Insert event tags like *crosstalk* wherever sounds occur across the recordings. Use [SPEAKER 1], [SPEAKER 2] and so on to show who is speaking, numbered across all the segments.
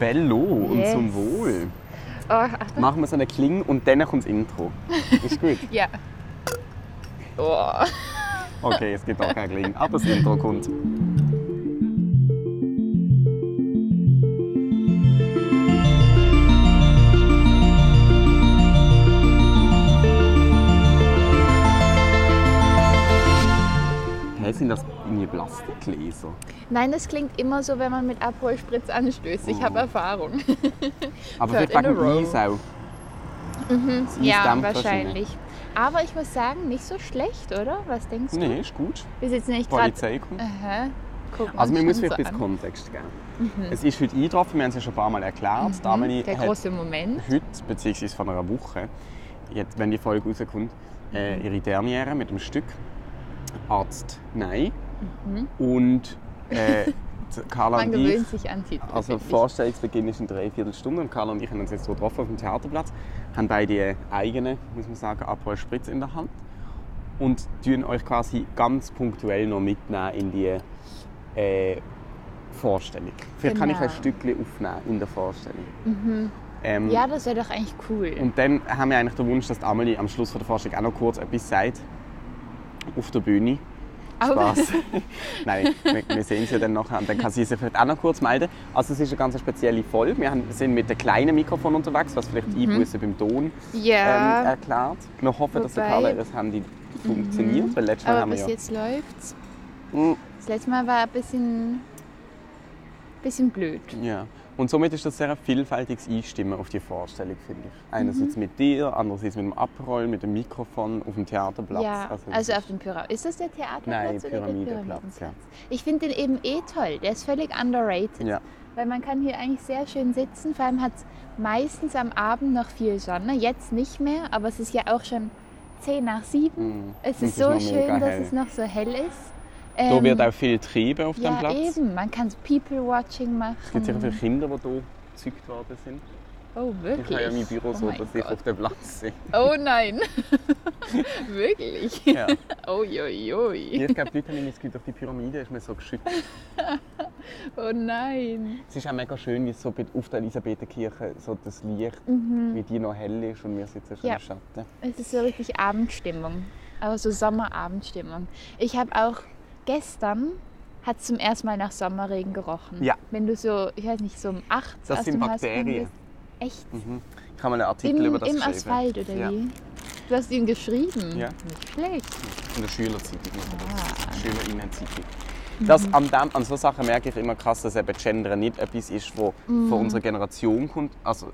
[SPEAKER 1] Bello und
[SPEAKER 2] Yes.
[SPEAKER 1] zum Wohl.
[SPEAKER 2] Oh,
[SPEAKER 1] Machen wir es an der Klinge und dann kommt das Intro. Ist gut.
[SPEAKER 2] ja. Oh.
[SPEAKER 1] Okay, es gibt auch keine Klinge, aber das Intro kommt. Hey, sind das irgendwie Plastikgläser?
[SPEAKER 2] Nein, das klingt immer so, wenn man mit Abholspritz anstößt. Ich
[SPEAKER 1] Oh.
[SPEAKER 2] habe Erfahrung.
[SPEAKER 1] Aber vielleicht
[SPEAKER 2] Third
[SPEAKER 1] wegen
[SPEAKER 2] in a row.
[SPEAKER 1] Eis auch. Das Eis
[SPEAKER 2] Mhm. ja,
[SPEAKER 1] dämpft
[SPEAKER 2] wahrscheinlich. Aber ich muss sagen, nicht so schlecht, oder? Was denkst du?
[SPEAKER 1] Nee, ist gut.
[SPEAKER 2] Wir sitzen nicht
[SPEAKER 1] Die
[SPEAKER 2] gerade.
[SPEAKER 1] Polizei kommt.
[SPEAKER 2] Aha. Guck mal,
[SPEAKER 1] Also man muss
[SPEAKER 2] schon
[SPEAKER 1] vielleicht ein
[SPEAKER 2] so
[SPEAKER 1] bisschen
[SPEAKER 2] an.
[SPEAKER 1] Kontext geben. Es ist heute eingetroffen, wir haben es ja schon ein paar Mal erklärt. Mhm. Damini
[SPEAKER 2] Mhm. Der
[SPEAKER 1] hat
[SPEAKER 2] große Moment.
[SPEAKER 1] heute, beziehungsweise von einer Woche, jetzt, wenn die Folge rauskommt, äh,
[SPEAKER 2] Mhm.
[SPEAKER 1] ihre Derniere mit dem Stück Arzt Nein.
[SPEAKER 2] Mhm.
[SPEAKER 1] Und
[SPEAKER 2] *laughs*
[SPEAKER 1] äh, die Carla
[SPEAKER 2] Man
[SPEAKER 1] und ich,
[SPEAKER 2] gewöhnt sich an Titel.
[SPEAKER 1] also
[SPEAKER 2] finde ich.
[SPEAKER 1] Vorstellungsbeginn ist in dreiviertel Stunde und Carla und ich haben uns jetzt so getroffen auf dem Theaterplatz, haben beide eigene, muss man sagen, Aperol Spritz in der Hand und tun euch quasi ganz punktuell noch mitnehmen in die äh, Vorstellung. Vielleicht kann ich ein
[SPEAKER 2] Genau. Mhm.
[SPEAKER 1] Stückchen aufnehmen in der Vorstellung. Ähm,
[SPEAKER 2] Ja, das wäre doch eigentlich cool.
[SPEAKER 1] und dann haben wir eigentlich den Wunsch, dass die Amelie am Schluss von der Vorstellung auch noch kurz etwas sagt. Auf der Bühne.
[SPEAKER 2] Aber
[SPEAKER 1] Spaß. Nein, wir, wir sehen sie dann nachher. Und dann kann sie sich vielleicht auch noch kurz melden. Also es ist eine ganz spezielle Folge. Wir haben, sind mit einem kleinen Mikrofon unterwegs, was vielleicht
[SPEAKER 2] Mhm.
[SPEAKER 1] die Einbußen beim Ton ähm,
[SPEAKER 2] *laughs* ja,
[SPEAKER 1] erklärt. Ich hoffe, dass der
[SPEAKER 2] Wobei- Mhm.
[SPEAKER 1] Carla das Handy funktioniert, weil letztes Mal
[SPEAKER 2] aber
[SPEAKER 1] haben wir
[SPEAKER 2] bis
[SPEAKER 1] ja...
[SPEAKER 2] jetzt läuft's.
[SPEAKER 1] Mm,
[SPEAKER 2] Das letzte Mal war ein bisschen, bisschen blöd.
[SPEAKER 1] Ja. Und somit ist das sehr ein vielfältiges Einstimmen auf die Vorstellung, finde ich.
[SPEAKER 2] Mhm.
[SPEAKER 1] Einerseits mit dir, andererseits mit dem Abrollen, mit dem Mikrofon, auf dem Theaterplatz.
[SPEAKER 2] Ja,
[SPEAKER 1] Also
[SPEAKER 2] also,
[SPEAKER 1] das ist-
[SPEAKER 2] auf dem Pyramide. Ist das der Theaterplatz
[SPEAKER 1] Nein,
[SPEAKER 2] oder der
[SPEAKER 1] Pyramideplatz.
[SPEAKER 2] Pyramidenplatz?
[SPEAKER 1] Ja.
[SPEAKER 2] Ich finde den eben eh toll. Der ist völlig underrated.
[SPEAKER 1] Ja.
[SPEAKER 2] Weil man kann hier eigentlich sehr schön sitzen. Vor allem hat es meistens am Abend noch viel Sonne. Jetzt nicht mehr, aber es ist ja auch schon 10 nach 7.
[SPEAKER 1] Mhm.
[SPEAKER 2] Es
[SPEAKER 1] Und
[SPEAKER 2] ist
[SPEAKER 1] noch
[SPEAKER 2] so
[SPEAKER 1] mega
[SPEAKER 2] schön, dass
[SPEAKER 1] hell.
[SPEAKER 2] es noch so hell ist.
[SPEAKER 1] Da
[SPEAKER 2] Ähm,
[SPEAKER 1] wird auch viel getrieben auf dem
[SPEAKER 2] ja,
[SPEAKER 1] Platz.
[SPEAKER 2] eben. Mhm. Man kann so People-Watching machen.
[SPEAKER 1] Es gibt sehr viele Kinder, die hier gezeugt worden sind.
[SPEAKER 2] Oh,
[SPEAKER 1] Ich
[SPEAKER 2] wirklich?
[SPEAKER 1] habe ja mein Büro so,
[SPEAKER 2] oh
[SPEAKER 1] dass
[SPEAKER 2] mein
[SPEAKER 1] ich auf
[SPEAKER 2] Gott.
[SPEAKER 1] dem Platz
[SPEAKER 2] *laughs*
[SPEAKER 1] sehe. *laughs*
[SPEAKER 2] Oh nein. wirklich? *laughs*
[SPEAKER 1] Ja.
[SPEAKER 2] Uiuiui.
[SPEAKER 1] Ich glaube, die Leute haben immer das Gefühl, durch die Pyramide ist man so geschützt.
[SPEAKER 2] Oh nein.
[SPEAKER 1] Es ist auch mega schön, wie so auf der Elisabethkirche so das Licht, wie die noch hell ist und wir sitzen schon
[SPEAKER 2] Mhm. Ja.
[SPEAKER 1] im Schatten.
[SPEAKER 2] Es ist so richtig Abendstimmung. Aber so Sommerabendstimmung. Ich habe auch gestern hat zum ersten Mal nach Sommerregen gerochen.
[SPEAKER 1] Ja.
[SPEAKER 2] Wenn du so, ich weiß nicht, so um 8
[SPEAKER 1] Das
[SPEAKER 2] aus
[SPEAKER 1] sind
[SPEAKER 2] dem Haus
[SPEAKER 1] Bakterien.
[SPEAKER 2] gekommen bist. Echt?
[SPEAKER 1] Ich habe mal einen Artikel
[SPEAKER 2] Im,
[SPEAKER 1] über das
[SPEAKER 2] Im
[SPEAKER 1] geschrieben.
[SPEAKER 2] Asphalt oder
[SPEAKER 1] Ja.
[SPEAKER 2] wie? Du hast ihn geschrieben.
[SPEAKER 1] Ja.
[SPEAKER 2] Nicht schlecht.
[SPEAKER 1] In der Schülerzeitung. Ah. Schülerinnenzeitung. Das, an, dem, an so Sachen merke ich immer krass, dass eben Gender nicht etwas ist, wo
[SPEAKER 2] Mhm.
[SPEAKER 1] von unserer Generation kommt. Also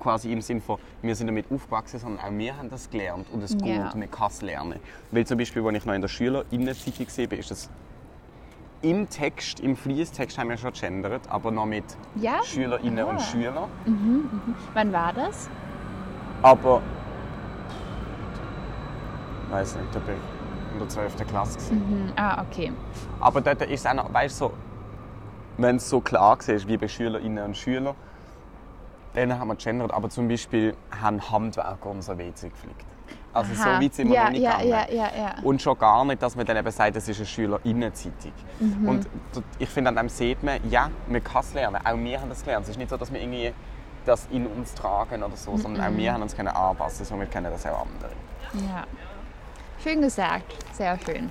[SPEAKER 1] quasi im Sinne von, wir sind damit aufgewachsen, sondern auch wir haben das gelernt und es
[SPEAKER 2] Ja.
[SPEAKER 1] geht, man kann es lernen. Weil zum Beispiel, als ich noch in der Schülerinnenzeitung war, ist das im Text, im Fließtext haben wir schon gegendert, aber noch mit
[SPEAKER 2] Ja? Ah.
[SPEAKER 1] Schülerinnen und Schüler.
[SPEAKER 2] Wann war das?
[SPEAKER 1] Aber. Ich weiß nicht, da bin ich in der 12. Klasse. gewesen.
[SPEAKER 2] Hm, ah, okay.
[SPEAKER 1] Aber dort ist es auch noch, weißt du, so, wenn es so klar war, wie bei Schülerinnen und Schülern, dann haben wir gegendert. Aber zum Beispiel haben Handwerker unser WC gepflegt. Also
[SPEAKER 2] Aha.
[SPEAKER 1] so weit sind wir
[SPEAKER 2] ja,
[SPEAKER 1] noch nicht
[SPEAKER 2] ja,
[SPEAKER 1] gegangen.
[SPEAKER 2] ja, ja, ja.
[SPEAKER 1] Und schon gar nicht, dass man dann eben sagt, das ist eine Schülerinnenzeitung.
[SPEAKER 2] Mhm.
[SPEAKER 1] Und d- ich finde, an dem sieht man, ja, man kann es lernen. Auch wir haben das gelernt. Es ist nicht so, dass wir irgendwie das in uns tragen oder so,
[SPEAKER 2] Mhm.
[SPEAKER 1] sondern auch wir haben uns können anpassen, somit können das auch andere.
[SPEAKER 2] ja. Schön gesagt. Sehr schön.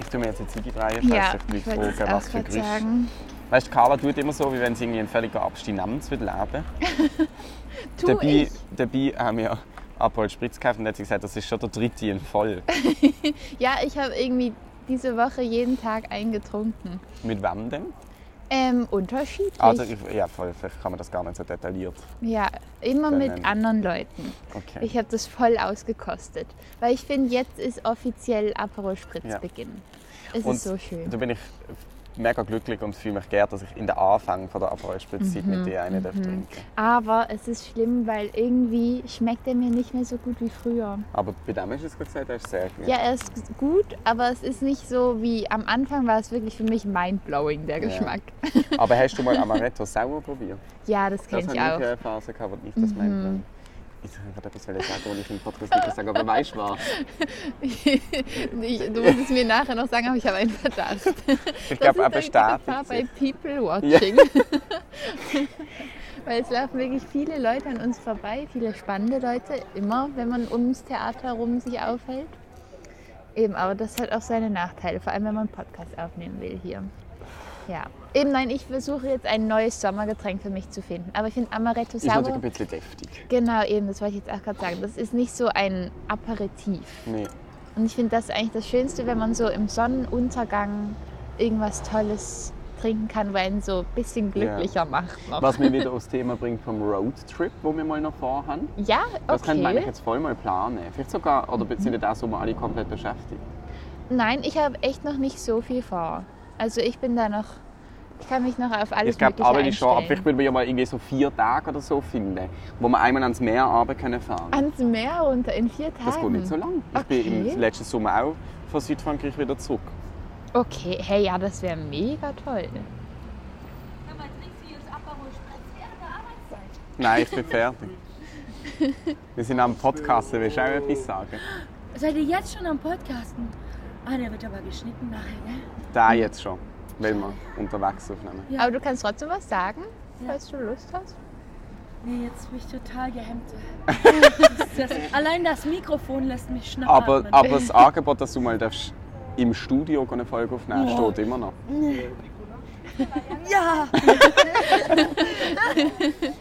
[SPEAKER 1] Ich tue mir jetzt eine Ziege rein, ich
[SPEAKER 2] ja,
[SPEAKER 1] weiß nicht,
[SPEAKER 2] ich
[SPEAKER 1] die
[SPEAKER 2] wollte
[SPEAKER 1] Leute
[SPEAKER 2] es
[SPEAKER 1] fragen, was
[SPEAKER 2] auch
[SPEAKER 1] für
[SPEAKER 2] gerade
[SPEAKER 1] Gerüche
[SPEAKER 2] sagen.
[SPEAKER 1] Weißt du, Carla tut immer so, wie wenn sie irgendwie in völliger Abstinenz würde leben
[SPEAKER 2] Tu
[SPEAKER 1] dabei,
[SPEAKER 2] ich.
[SPEAKER 1] dabei haben wir Aperol Spritz gekauft und hat sie gesagt, das ist schon der dritte in
[SPEAKER 2] *laughs*
[SPEAKER 1] voll.
[SPEAKER 2] Ja, ich habe irgendwie diese Woche jeden Tag einen getrunken.
[SPEAKER 1] Mit wem denn?
[SPEAKER 2] Ähm, unterschiedlich.
[SPEAKER 1] Also, ich, ja, voll, vielleicht kann man das gar nicht so detailliert.
[SPEAKER 2] ja, immer
[SPEAKER 1] Dann
[SPEAKER 2] mit
[SPEAKER 1] nein.
[SPEAKER 2] anderen Leuten.
[SPEAKER 1] Okay.
[SPEAKER 2] Ich habe das voll ausgekostet, weil ich finde, jetzt ist offiziell Aperol Spritz
[SPEAKER 1] Ja.
[SPEAKER 2] Beginn. Es
[SPEAKER 1] Und
[SPEAKER 2] ist so schön.
[SPEAKER 1] Da bin ich mega glücklich und fühle mich geehrt, dass ich in den Anfang von der Aperol Spritzzeit
[SPEAKER 2] Mhm,
[SPEAKER 1] mit dir einen darf trinken
[SPEAKER 2] Aber es ist schlimm, weil irgendwie schmeckt er mir nicht mehr so gut wie früher.
[SPEAKER 1] Aber bei dem ist es gut gesagt, er ist sehr gut.
[SPEAKER 2] Ja, er ist gut, aber es ist nicht so wie am Anfang war es wirklich für mich mindblowing, der Geschmack.
[SPEAKER 1] Aber hast du mal Amaretto sauer probiert?
[SPEAKER 2] *laughs* Ja, das kenne
[SPEAKER 1] das
[SPEAKER 2] ich
[SPEAKER 1] hatte
[SPEAKER 2] auch. Mhm.
[SPEAKER 1] ich eine Phase, gehabt, wo ich das meinte. Ich wollte etwas sagen, was ich im Podcast nicht sagen aber weißt du was?
[SPEAKER 2] Ich, du musst es mir nachher noch sagen, aber ich habe einen Verdacht.
[SPEAKER 1] Ich
[SPEAKER 2] Das
[SPEAKER 1] glaube, er
[SPEAKER 2] ist halt die Gefahr
[SPEAKER 1] bestätigt
[SPEAKER 2] bei
[SPEAKER 1] sich.
[SPEAKER 2] People Watching. Weil es laufen wirklich viele Leute an uns vorbei, viele spannende Leute, immer, wenn man ums Theater rum sich aufhält. Eben, aber das hat auch seine Nachteile, vor allem wenn man einen Podcast aufnehmen will hier. Ja. Eben, nein, ich versuche jetzt ein neues Sommergetränk für mich zu finden. Aber ich finde Amaretto
[SPEAKER 1] Ist natürlich ein
[SPEAKER 2] sauer.
[SPEAKER 1] bisschen deftig.
[SPEAKER 2] Genau, eben, das wollte ich jetzt auch gerade sagen. Das ist nicht so ein Aperitif.
[SPEAKER 1] Nee.
[SPEAKER 2] Und ich finde das eigentlich das Schönste, wenn man so im Sonnenuntergang irgendwas Tolles trinken kann, weil einen so ein bisschen
[SPEAKER 1] Ja.
[SPEAKER 2] glücklicher macht. Noch.
[SPEAKER 1] Was mich wieder aufs Thema bringt vom Roadtrip, wo wir mal noch vorhaben.
[SPEAKER 2] Ja,
[SPEAKER 1] Das könnte man eigentlich
[SPEAKER 2] okay. Mhm.
[SPEAKER 1] jetzt voll mal planen. Vielleicht sogar, oder sind wir da Sommer alle komplett beschäftigt?
[SPEAKER 2] Nein, ich habe echt noch nicht so viel vor. Also ich bin da noch, ich kann mich noch auf alles
[SPEAKER 1] Ich glaube,
[SPEAKER 2] Mögliche
[SPEAKER 1] aber ich schon. Aber vielleicht
[SPEAKER 2] einstellen.
[SPEAKER 1] würden wir ja mal irgendwie so vier Tage oder so finden, wo wir einmal ans Meer runter können fahren
[SPEAKER 2] Ans Meer runter in vier Tagen.
[SPEAKER 1] Das geht nicht so lang. Ich bin
[SPEAKER 2] Okay.
[SPEAKER 1] im letzten Sommer auch von Südfrankreich wieder zurück.
[SPEAKER 2] Okay, hey, ja, das wäre mega toll.
[SPEAKER 3] Sag mal, trinkst du jetzt Aperol Spritz während der Arbeitszeit?
[SPEAKER 1] Nein, ich bin
[SPEAKER 2] *laughs*
[SPEAKER 1] fertig. Wir sind am Podcast, willst du auch etwas sagen?
[SPEAKER 3] Seid ihr jetzt schon am Podcasten? Ah, der wird aber geschnitten nachher, ne?
[SPEAKER 1] Da jetzt schon, weil wir unterwegs aufnehmen.
[SPEAKER 3] Ja.
[SPEAKER 2] Aber du kannst trotzdem was sagen,
[SPEAKER 3] Ja.
[SPEAKER 2] falls du Lust hast.
[SPEAKER 3] Nee, jetzt bin ich total gehemmt. das, das, allein das Mikrofon lässt mich
[SPEAKER 2] *laughs*
[SPEAKER 3] schnappen.
[SPEAKER 1] Aber, aber das Angebot, dass du mal darfst, im Studio eine Folge aufnehmen
[SPEAKER 3] Ja.
[SPEAKER 1] steht immer noch. *laughs*
[SPEAKER 3] Ja!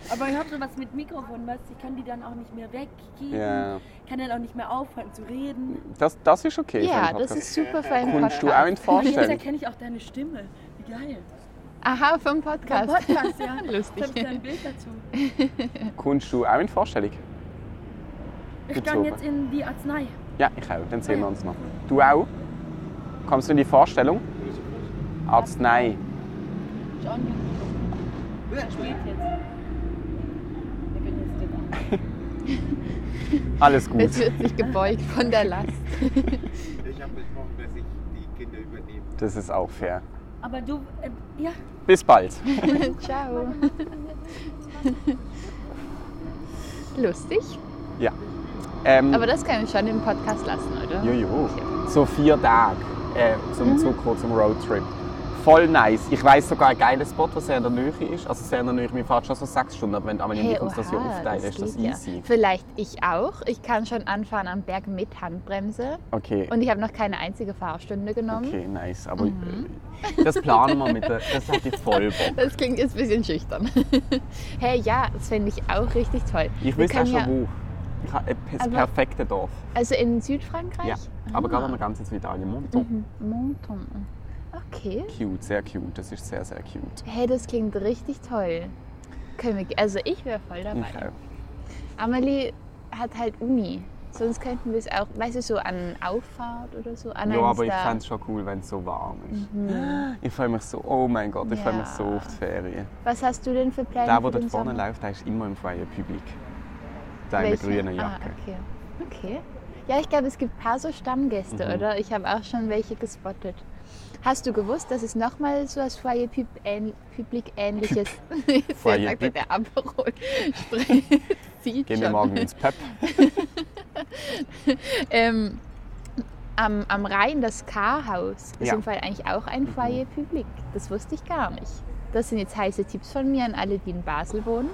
[SPEAKER 3] aber ich habe so was mit Mikrofon, weißt du, ich kann die dann auch nicht mehr weggeben.
[SPEAKER 1] Ja.
[SPEAKER 3] Kann dann auch nicht mehr aufhören zu reden.
[SPEAKER 1] Das, das ist okay. für
[SPEAKER 2] ja,
[SPEAKER 1] einen
[SPEAKER 2] das
[SPEAKER 1] Podcast.
[SPEAKER 2] ist super für einen
[SPEAKER 1] Kannst du auch
[SPEAKER 2] Podcast.
[SPEAKER 1] in
[SPEAKER 3] Aber jetzt
[SPEAKER 2] *laughs*
[SPEAKER 1] Vorstellung?
[SPEAKER 3] erkenne ich auch deine Stimme. Wie geil.
[SPEAKER 2] Aha, vom Podcast.
[SPEAKER 3] Beim Podcast, ja.
[SPEAKER 2] Lustig.
[SPEAKER 3] Jetzt habe ich dein Bild dazu.
[SPEAKER 1] Kannst du auch in Vorstellung?
[SPEAKER 3] Ich
[SPEAKER 1] Gibt's
[SPEAKER 3] kann
[SPEAKER 1] oben.
[SPEAKER 3] jetzt in die Arznei.
[SPEAKER 1] Ja, ich auch. Dann sehen wir uns noch. Du auch? Kommst du in die Vorstellung? Arznei.
[SPEAKER 3] John spielt jetzt. Wir können jetzt den Arm.
[SPEAKER 1] Alles
[SPEAKER 2] *laughs* Es
[SPEAKER 1] gut.
[SPEAKER 2] wird sich gebeugt von der Last.
[SPEAKER 4] Ich habe besprochen, dass ich die Kinder übernehme.
[SPEAKER 1] Das ist auch fair.
[SPEAKER 3] Aber du, äh, ja,
[SPEAKER 1] Bis bald.
[SPEAKER 2] Ciao. *laughs* Lustig.
[SPEAKER 1] Hm. Ähm,
[SPEAKER 2] Aber das können wir schon im Podcast lassen, oder?
[SPEAKER 1] Jojo. So vier Tage äh,
[SPEAKER 2] Mhm.
[SPEAKER 1] zum Zurückkommen zum Roadtrip. Voll nice. Ich weiss sogar einen geilen Spot, der sehr in der Nähe ist. Also sehr in der Nähe, mir fährt schon so sechs Stunden, aber wenn du einmal in
[SPEAKER 2] Hey,
[SPEAKER 1] hey, kommst, das ja
[SPEAKER 2] oha,
[SPEAKER 1] aufteilen, ist das
[SPEAKER 2] geht ja.
[SPEAKER 1] easy.
[SPEAKER 2] Vielleicht ich auch. Ich kann schon anfahren am Berg mit Handbremse.
[SPEAKER 1] Okay.
[SPEAKER 2] Und ich habe noch keine einzige Fahrstunde genommen.
[SPEAKER 1] Okay, nice. Aber
[SPEAKER 2] Mhm.
[SPEAKER 1] äh, das planen wir mit der. Das hat ich voll Bock.
[SPEAKER 2] Das klingt jetzt ein bisschen schüchtern. *laughs* hey, ja, das finde ich auch richtig toll.
[SPEAKER 1] Ich
[SPEAKER 2] Wir
[SPEAKER 1] wüsste auch
[SPEAKER 2] können
[SPEAKER 1] schon
[SPEAKER 2] ja,
[SPEAKER 1] wo. Ich habe das
[SPEAKER 2] Aber-
[SPEAKER 1] perfekte Dorf.
[SPEAKER 2] Also in Südfrankreich?
[SPEAKER 1] Ja. Aber gerade haben wir ganz in Italien. Monton.
[SPEAKER 2] Mhm. Monton. Okay.
[SPEAKER 1] Cute, sehr cute. Das ist sehr, sehr cute.
[SPEAKER 2] Hey, das klingt richtig toll. Können wir, ge- also ich wäre voll dabei.
[SPEAKER 1] Ich äh, auch.
[SPEAKER 2] Amelie hat halt Uni. Sonst könnten wir es auch, weißt du, so an Auffahrt oder so an
[SPEAKER 1] Ja, aber ich fände es schon cool, wenn es so warm ist. Ich freue mich so, oh mein Gott, ich freue mich
[SPEAKER 2] Mhm. Ja.
[SPEAKER 1] so auf die Ferien.
[SPEAKER 2] Was hast du denn für Pläne?
[SPEAKER 1] Der,
[SPEAKER 2] für
[SPEAKER 1] der
[SPEAKER 2] den
[SPEAKER 1] dort vorne
[SPEAKER 2] Sommer?
[SPEAKER 1] läuft, der ist immer im freien Publikum. Der in der
[SPEAKER 2] Welche?
[SPEAKER 1] grünen Jacke.
[SPEAKER 2] Ah, okay. okay. Ja, ich glaube, es gibt ein paar so Stammgäste,
[SPEAKER 1] Mhm.
[SPEAKER 2] oder? Ich habe auch schon welche gespottet. Hast du gewusst, dass es nochmal so was Foyer Pub ähn- Public ähnliches *laughs* ist?
[SPEAKER 1] Foyer
[SPEAKER 2] Jetzt sagt er,
[SPEAKER 1] Pub.
[SPEAKER 2] der Aperol *laughs* spricht. Sieht
[SPEAKER 1] Gehen wir
[SPEAKER 2] schon.
[SPEAKER 1] morgen ins Pep.
[SPEAKER 2] Ähm, am, am Rhein, das K-Haus, ist
[SPEAKER 1] Ja. Mhm.
[SPEAKER 2] im Fall eigentlich auch ein Foyer Public. Das wusste ich gar nicht. Das sind jetzt heiße Tipps von mir an alle, die in Basel wohnen.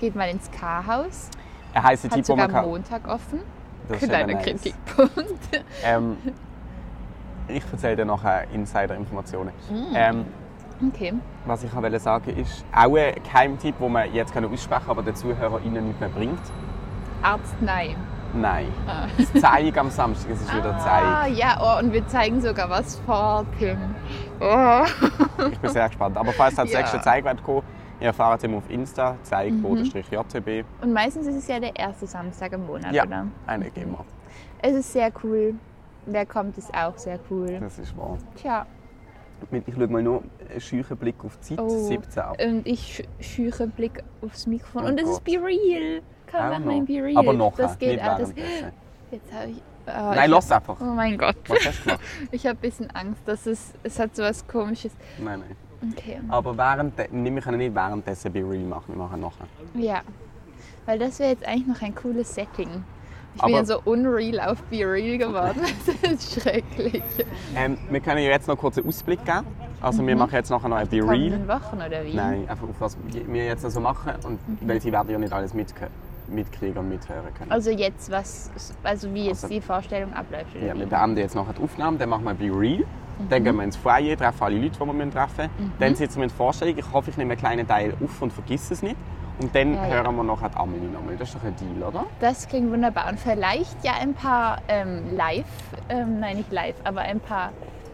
[SPEAKER 2] Geht mal ins K-Haus,
[SPEAKER 1] Ein heißer
[SPEAKER 2] hat
[SPEAKER 1] Typ, wo man
[SPEAKER 2] sogar
[SPEAKER 1] kann.
[SPEAKER 2] Montag offen.
[SPEAKER 1] Das ist eben
[SPEAKER 2] Kleiner
[SPEAKER 1] nice.
[SPEAKER 2] Kritikpunkt.
[SPEAKER 1] Ähm, ich erzähle dir nachher Insider-Informationen.
[SPEAKER 2] Mm.
[SPEAKER 1] Ähm,
[SPEAKER 2] *laughs* Okay.
[SPEAKER 1] was ich auch wollte sagen ist, auch ein Geheimtipp, den man jetzt aussprechen kann, aber den ZuhörerInnen nicht mehr bringt.
[SPEAKER 2] Arznei.
[SPEAKER 1] Nein. Das Zeig am Samstag, es ist wieder
[SPEAKER 2] Ah,
[SPEAKER 1] Zeig.
[SPEAKER 2] ja, oh, und wir zeigen sogar was vor, Tim. Oh.
[SPEAKER 1] Ich bin sehr gespannt. Aber falls das
[SPEAKER 2] Ja.
[SPEAKER 1] nächste Zeig wird kommen, ihr erfahrt es auf Insta,
[SPEAKER 2] Mhm.
[SPEAKER 1] zeig-jtb.
[SPEAKER 2] Und meistens ist es ja der erste Samstag im Monat,
[SPEAKER 1] Ja,
[SPEAKER 2] oder?
[SPEAKER 1] eine gehen wir.
[SPEAKER 2] Es ist sehr cool. Wer kommt, ist auch sehr cool.
[SPEAKER 1] Das ist wahr.
[SPEAKER 2] Tja,
[SPEAKER 1] Mit- Ich schaue mal nur einen scheuchen Blick auf die Zeit,
[SPEAKER 2] Oh.
[SPEAKER 1] 17 ab.
[SPEAKER 2] und ich sch- schüre Blick aufs Mikrofon.
[SPEAKER 1] Oh
[SPEAKER 2] und es ist
[SPEAKER 1] Gott.
[SPEAKER 2] Be Real. Komm,
[SPEAKER 1] Auch
[SPEAKER 2] mach
[SPEAKER 1] noch.
[SPEAKER 2] mal ein Be Real.
[SPEAKER 1] Aber noch,
[SPEAKER 2] das geht
[SPEAKER 1] nicht
[SPEAKER 2] auch. Das,
[SPEAKER 1] währenddessen.
[SPEAKER 2] jetzt habe ich. oh,
[SPEAKER 1] Nein,
[SPEAKER 2] ich
[SPEAKER 1] lass einfach.
[SPEAKER 2] Hab, oh mein Gott.
[SPEAKER 1] Was hast du gemacht?
[SPEAKER 2] *laughs* Ich habe ein bisschen Angst, dass es, es hat so was Komisches.
[SPEAKER 1] Nein, nein.
[SPEAKER 2] Okay.
[SPEAKER 1] Aber während, wir können nicht währenddessen Be Real machen, wir machen nachher.
[SPEAKER 2] Ja. Weil das wäre jetzt eigentlich noch ein cooles Setting. Ich
[SPEAKER 1] Aber-
[SPEAKER 2] bin ja so unreal auf Be Real geworden. *laughs* Das ist schrecklich.
[SPEAKER 1] Ähm, wir können ja jetzt noch kurz einen Ausblick geben. Also
[SPEAKER 2] Mhm.
[SPEAKER 1] wir machen jetzt nachher noch ein Be Real.
[SPEAKER 2] Kommenden Wochen oder wie?
[SPEAKER 1] Nein, einfach auf was wir jetzt so also machen und
[SPEAKER 2] Mhm.
[SPEAKER 1] welche werden ja nicht alles mitge- mitkriegen und mithören können.
[SPEAKER 2] Also jetzt was, also wie jetzt
[SPEAKER 1] Also-
[SPEAKER 2] die Vorstellung abläuft oder
[SPEAKER 1] ja,
[SPEAKER 2] wie?
[SPEAKER 1] wir beenden jetzt nachher die Aufnahme, dann machen wir Be Real,
[SPEAKER 2] Mhm.
[SPEAKER 1] dann gehen wir ins Foyer, treffen alle Leute, die wir müssen treffen müssen. Dann sitzen wir in der Vorstellung, ich hoffe, ich nehme einen kleinen Teil auf und vergesse es nicht. Und dann
[SPEAKER 2] Ja, ja.
[SPEAKER 1] hören wir nachher die Amelie nochmal. Das ist doch ein Deal, oder?
[SPEAKER 2] Das klingt wunderbar. Und vielleicht ja ein paar ähm, live, ähm, nein nicht live, aber ein paar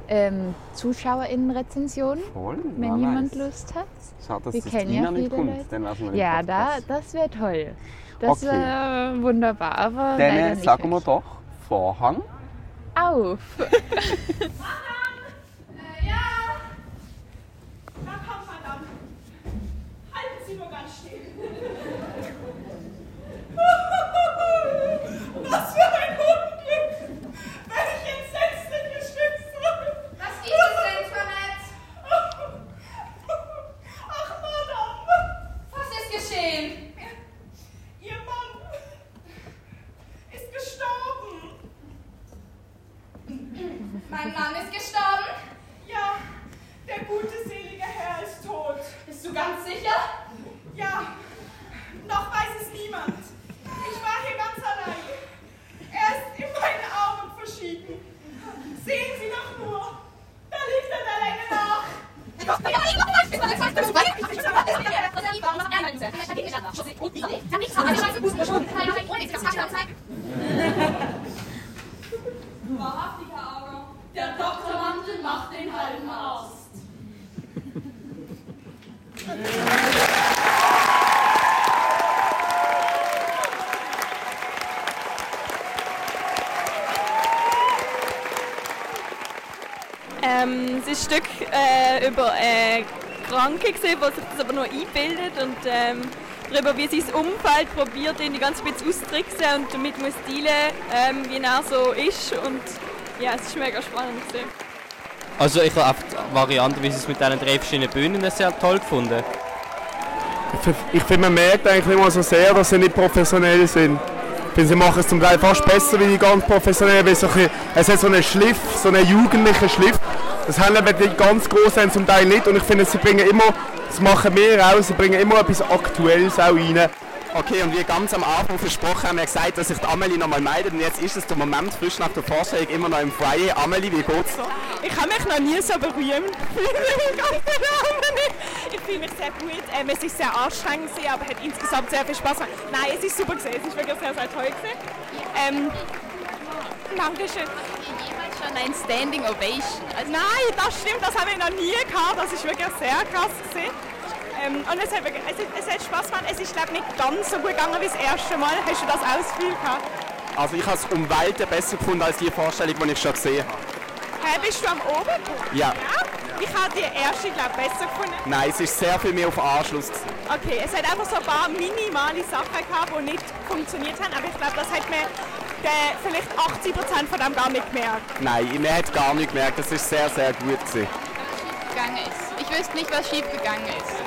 [SPEAKER 2] ähm, ZuschauerInnen-Rezensionen,
[SPEAKER 1] Voll,
[SPEAKER 2] wenn
[SPEAKER 1] wer
[SPEAKER 2] jemand
[SPEAKER 1] weiß.
[SPEAKER 2] Lust hat.
[SPEAKER 1] Schade, dass
[SPEAKER 2] Wir
[SPEAKER 1] das
[SPEAKER 2] kennen
[SPEAKER 1] Ina
[SPEAKER 2] ja
[SPEAKER 1] nicht
[SPEAKER 2] viele
[SPEAKER 1] kommt,
[SPEAKER 2] Leute.
[SPEAKER 1] dann wär's mal im
[SPEAKER 2] Ja, da,
[SPEAKER 1] Podcast.
[SPEAKER 2] das wäre toll. Das
[SPEAKER 1] Okay.
[SPEAKER 2] wäre wunderbar, aber
[SPEAKER 1] Dann
[SPEAKER 2] leider
[SPEAKER 1] äh,
[SPEAKER 2] nicht
[SPEAKER 1] sagen wir
[SPEAKER 2] wirklich.
[SPEAKER 1] doch Vorhang.
[SPEAKER 2] auf.
[SPEAKER 5] Äh, Na komm, verdammt. Halten Sie nur ganz still. *laughs* Was für ein Unglück. Welch entsetzliches Schicksal. Was gibt es denn, Toilette? Ach, Madame. Was ist geschehen? Ihr Mann ist gestorben. Mein Mann ist gestorben? Ja, der gute, selige Herr ist tot. Bist du ganz sicher? Ja, noch weiß es niemand. Ich war hier ganz allein. Er ist in meinen Armen verschieden. Sehen Sie doch nur, da liegt er der Länge nach. Wahrhaftiger Aaron, der Doktormantel macht den halben aus.
[SPEAKER 6] Ähm, es ist ein Stück äh, über äh, Kranke, gewesen, wo sich das aber noch einbildet und ähm, darüber, wie sein Umfeld probiert, ihn die ganze Zeit auszutricksen und damit muss dealen, ähm, wie er so ist. Und ja, es ist mega spannend. Gewesen.
[SPEAKER 7] Also ich habe die Variante, wie sie es mit diesen drei verschiedenen Bühnen sehr toll gefunden.
[SPEAKER 8] Ich finde, man merkt eigentlich immer so sehr, dass sie nicht professionell sind. Ich finde, sie machen es zum Teil fast besser wie die ganz professionellen, weil es, so ein bisschen, es hat so einen Schliff, so einen jugendlichen Schliff. Das haben aber die ganz Großen zum Teil nicht und ich finde, sie bringen immer, das machen wir auch, sie bringen immer etwas Aktuelles auch rein.
[SPEAKER 7] Okay, und wie ganz am Anfang versprochen, haben wir gesagt, dass sich die Amelie nochmal meldet. Und jetzt ist es der Moment, frisch nach der Vorstellung, immer noch im Freien. Amelie, wie geht's dir?
[SPEAKER 6] Ich habe mich noch nie so *laughs* berühmt Ich fühle mich sehr gut. Ähm, es ist sehr anstrengend, gewesen, aber hat insgesamt sehr viel Spaß gemacht. Nein, es ist super gewesen. Es ist wirklich sehr, sehr toll gewesen. Ähm, Dankeschön.
[SPEAKER 9] jemals schon ein Standing Ovation? Also
[SPEAKER 6] Nein, das stimmt, das habe ich noch nie gehabt. Das ist wirklich sehr krass gewesen. Ähm, und es hat, wirklich, es, hat- es hat Spaß gemacht. Es ist, glaube ich, nicht ganz so gut gegangen wie das erste Mal. Hast du das auch das Gefühl gehabt?
[SPEAKER 7] Also ich habe es um Welten besser gefunden als die Vorstellung, die ich schon gesehen habe.
[SPEAKER 6] Hey, bist du am Oberpunkt?
[SPEAKER 7] Ja.
[SPEAKER 6] Ich habe die erste, glaube ich, besser gefunden.
[SPEAKER 7] Nein, es ist sehr viel mehr auf Anschluss. gewesen.
[SPEAKER 6] Okay, es hat einfach so ein paar minimale Sachen gehabt, die nicht funktioniert haben, aber ich glaube, das hat man äh, vielleicht 80% von dem gar nicht gemerkt.
[SPEAKER 7] Nein, man hat gar nicht gemerkt, es ist sehr, sehr gut. Gewesen.
[SPEAKER 9] gegangen ist. Ich wüsste nicht, was schief gegangen ist.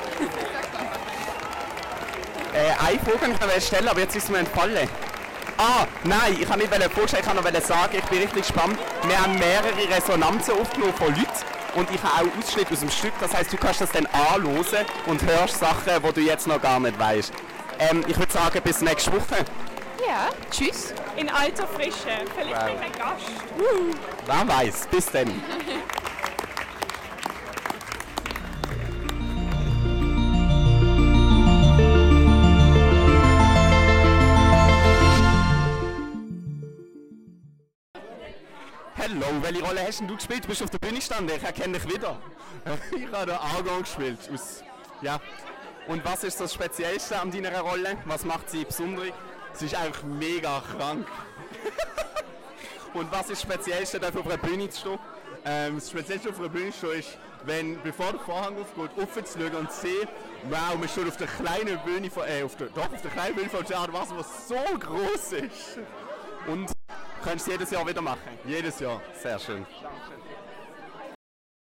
[SPEAKER 7] Äh, eine Frage kann ich stellen, aber jetzt ist mir entfallen. Ah, nein, ich habe nicht eine Frage stellen, ich wollte nur sagen, ich bin richtig gespannt. Wir haben mehrere Resonanzen aufgenommen von Leuten und ich habe auch Ausschnitte aus dem Stück. Das heißt, du kannst das dann anhören und hörst Sachen, die du jetzt noch gar nicht weißt. Ähm, ich würde sagen, bis nächste Woche.
[SPEAKER 6] Ja.
[SPEAKER 9] Tschüss.
[SPEAKER 6] In alter Frische. Vielleicht kriegt ein Gast.
[SPEAKER 7] Wer weiß, bis dann. Hallo, welche Rolle hast denn du gespielt? Du bist auf der Bühne gestanden, ich erkenne dich wieder. *laughs* Ich habe den Argon gespielt. Aus ja. Und was ist das Speziellste an deiner Rolle? Was macht sie besonders? Sie ist einfach mega krank. *laughs* Und was ist das Speziellste, dafür auf einer Bühne zu stehen?
[SPEAKER 8] Ähm, das Speziellste auf der Bühne schon ist, wenn, bevor der Vorhang aufgeht, aufzuschauen und zu sehen, wow, man steht auf der kleinen Bühne von, äh, auf der, doch, auf der kleinen Bühne von Theater Wasser, was so groß ist.
[SPEAKER 7] Und könntest du jedes Jahr wieder machen?
[SPEAKER 8] Jedes Jahr.
[SPEAKER 7] Sehr schön.